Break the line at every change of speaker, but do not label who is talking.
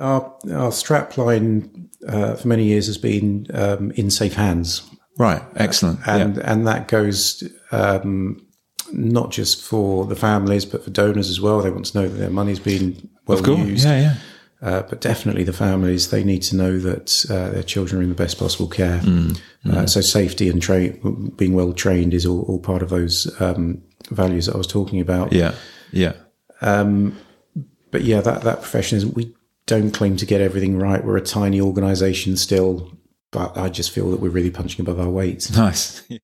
Our, our strap line uh, for many years has been um, in safe hands.
Right. Excellent.
and and that goes um, not just for the families but for donors as well. They want to know that their money's been well
yeah. Cool.
used,
Yeah. Yeah.
uh, but definitely the families they need to know that uh, their children are in the best possible care.
Mm,
Uh, so safety and tra- being well trained is all, all part of those um, values that I was talking about.
Yeah. Yeah.
But yeah, that that professionalism. We don't claim to get everything right. We're a tiny organisation still. But I just feel that we're really punching above our weight.
Nice.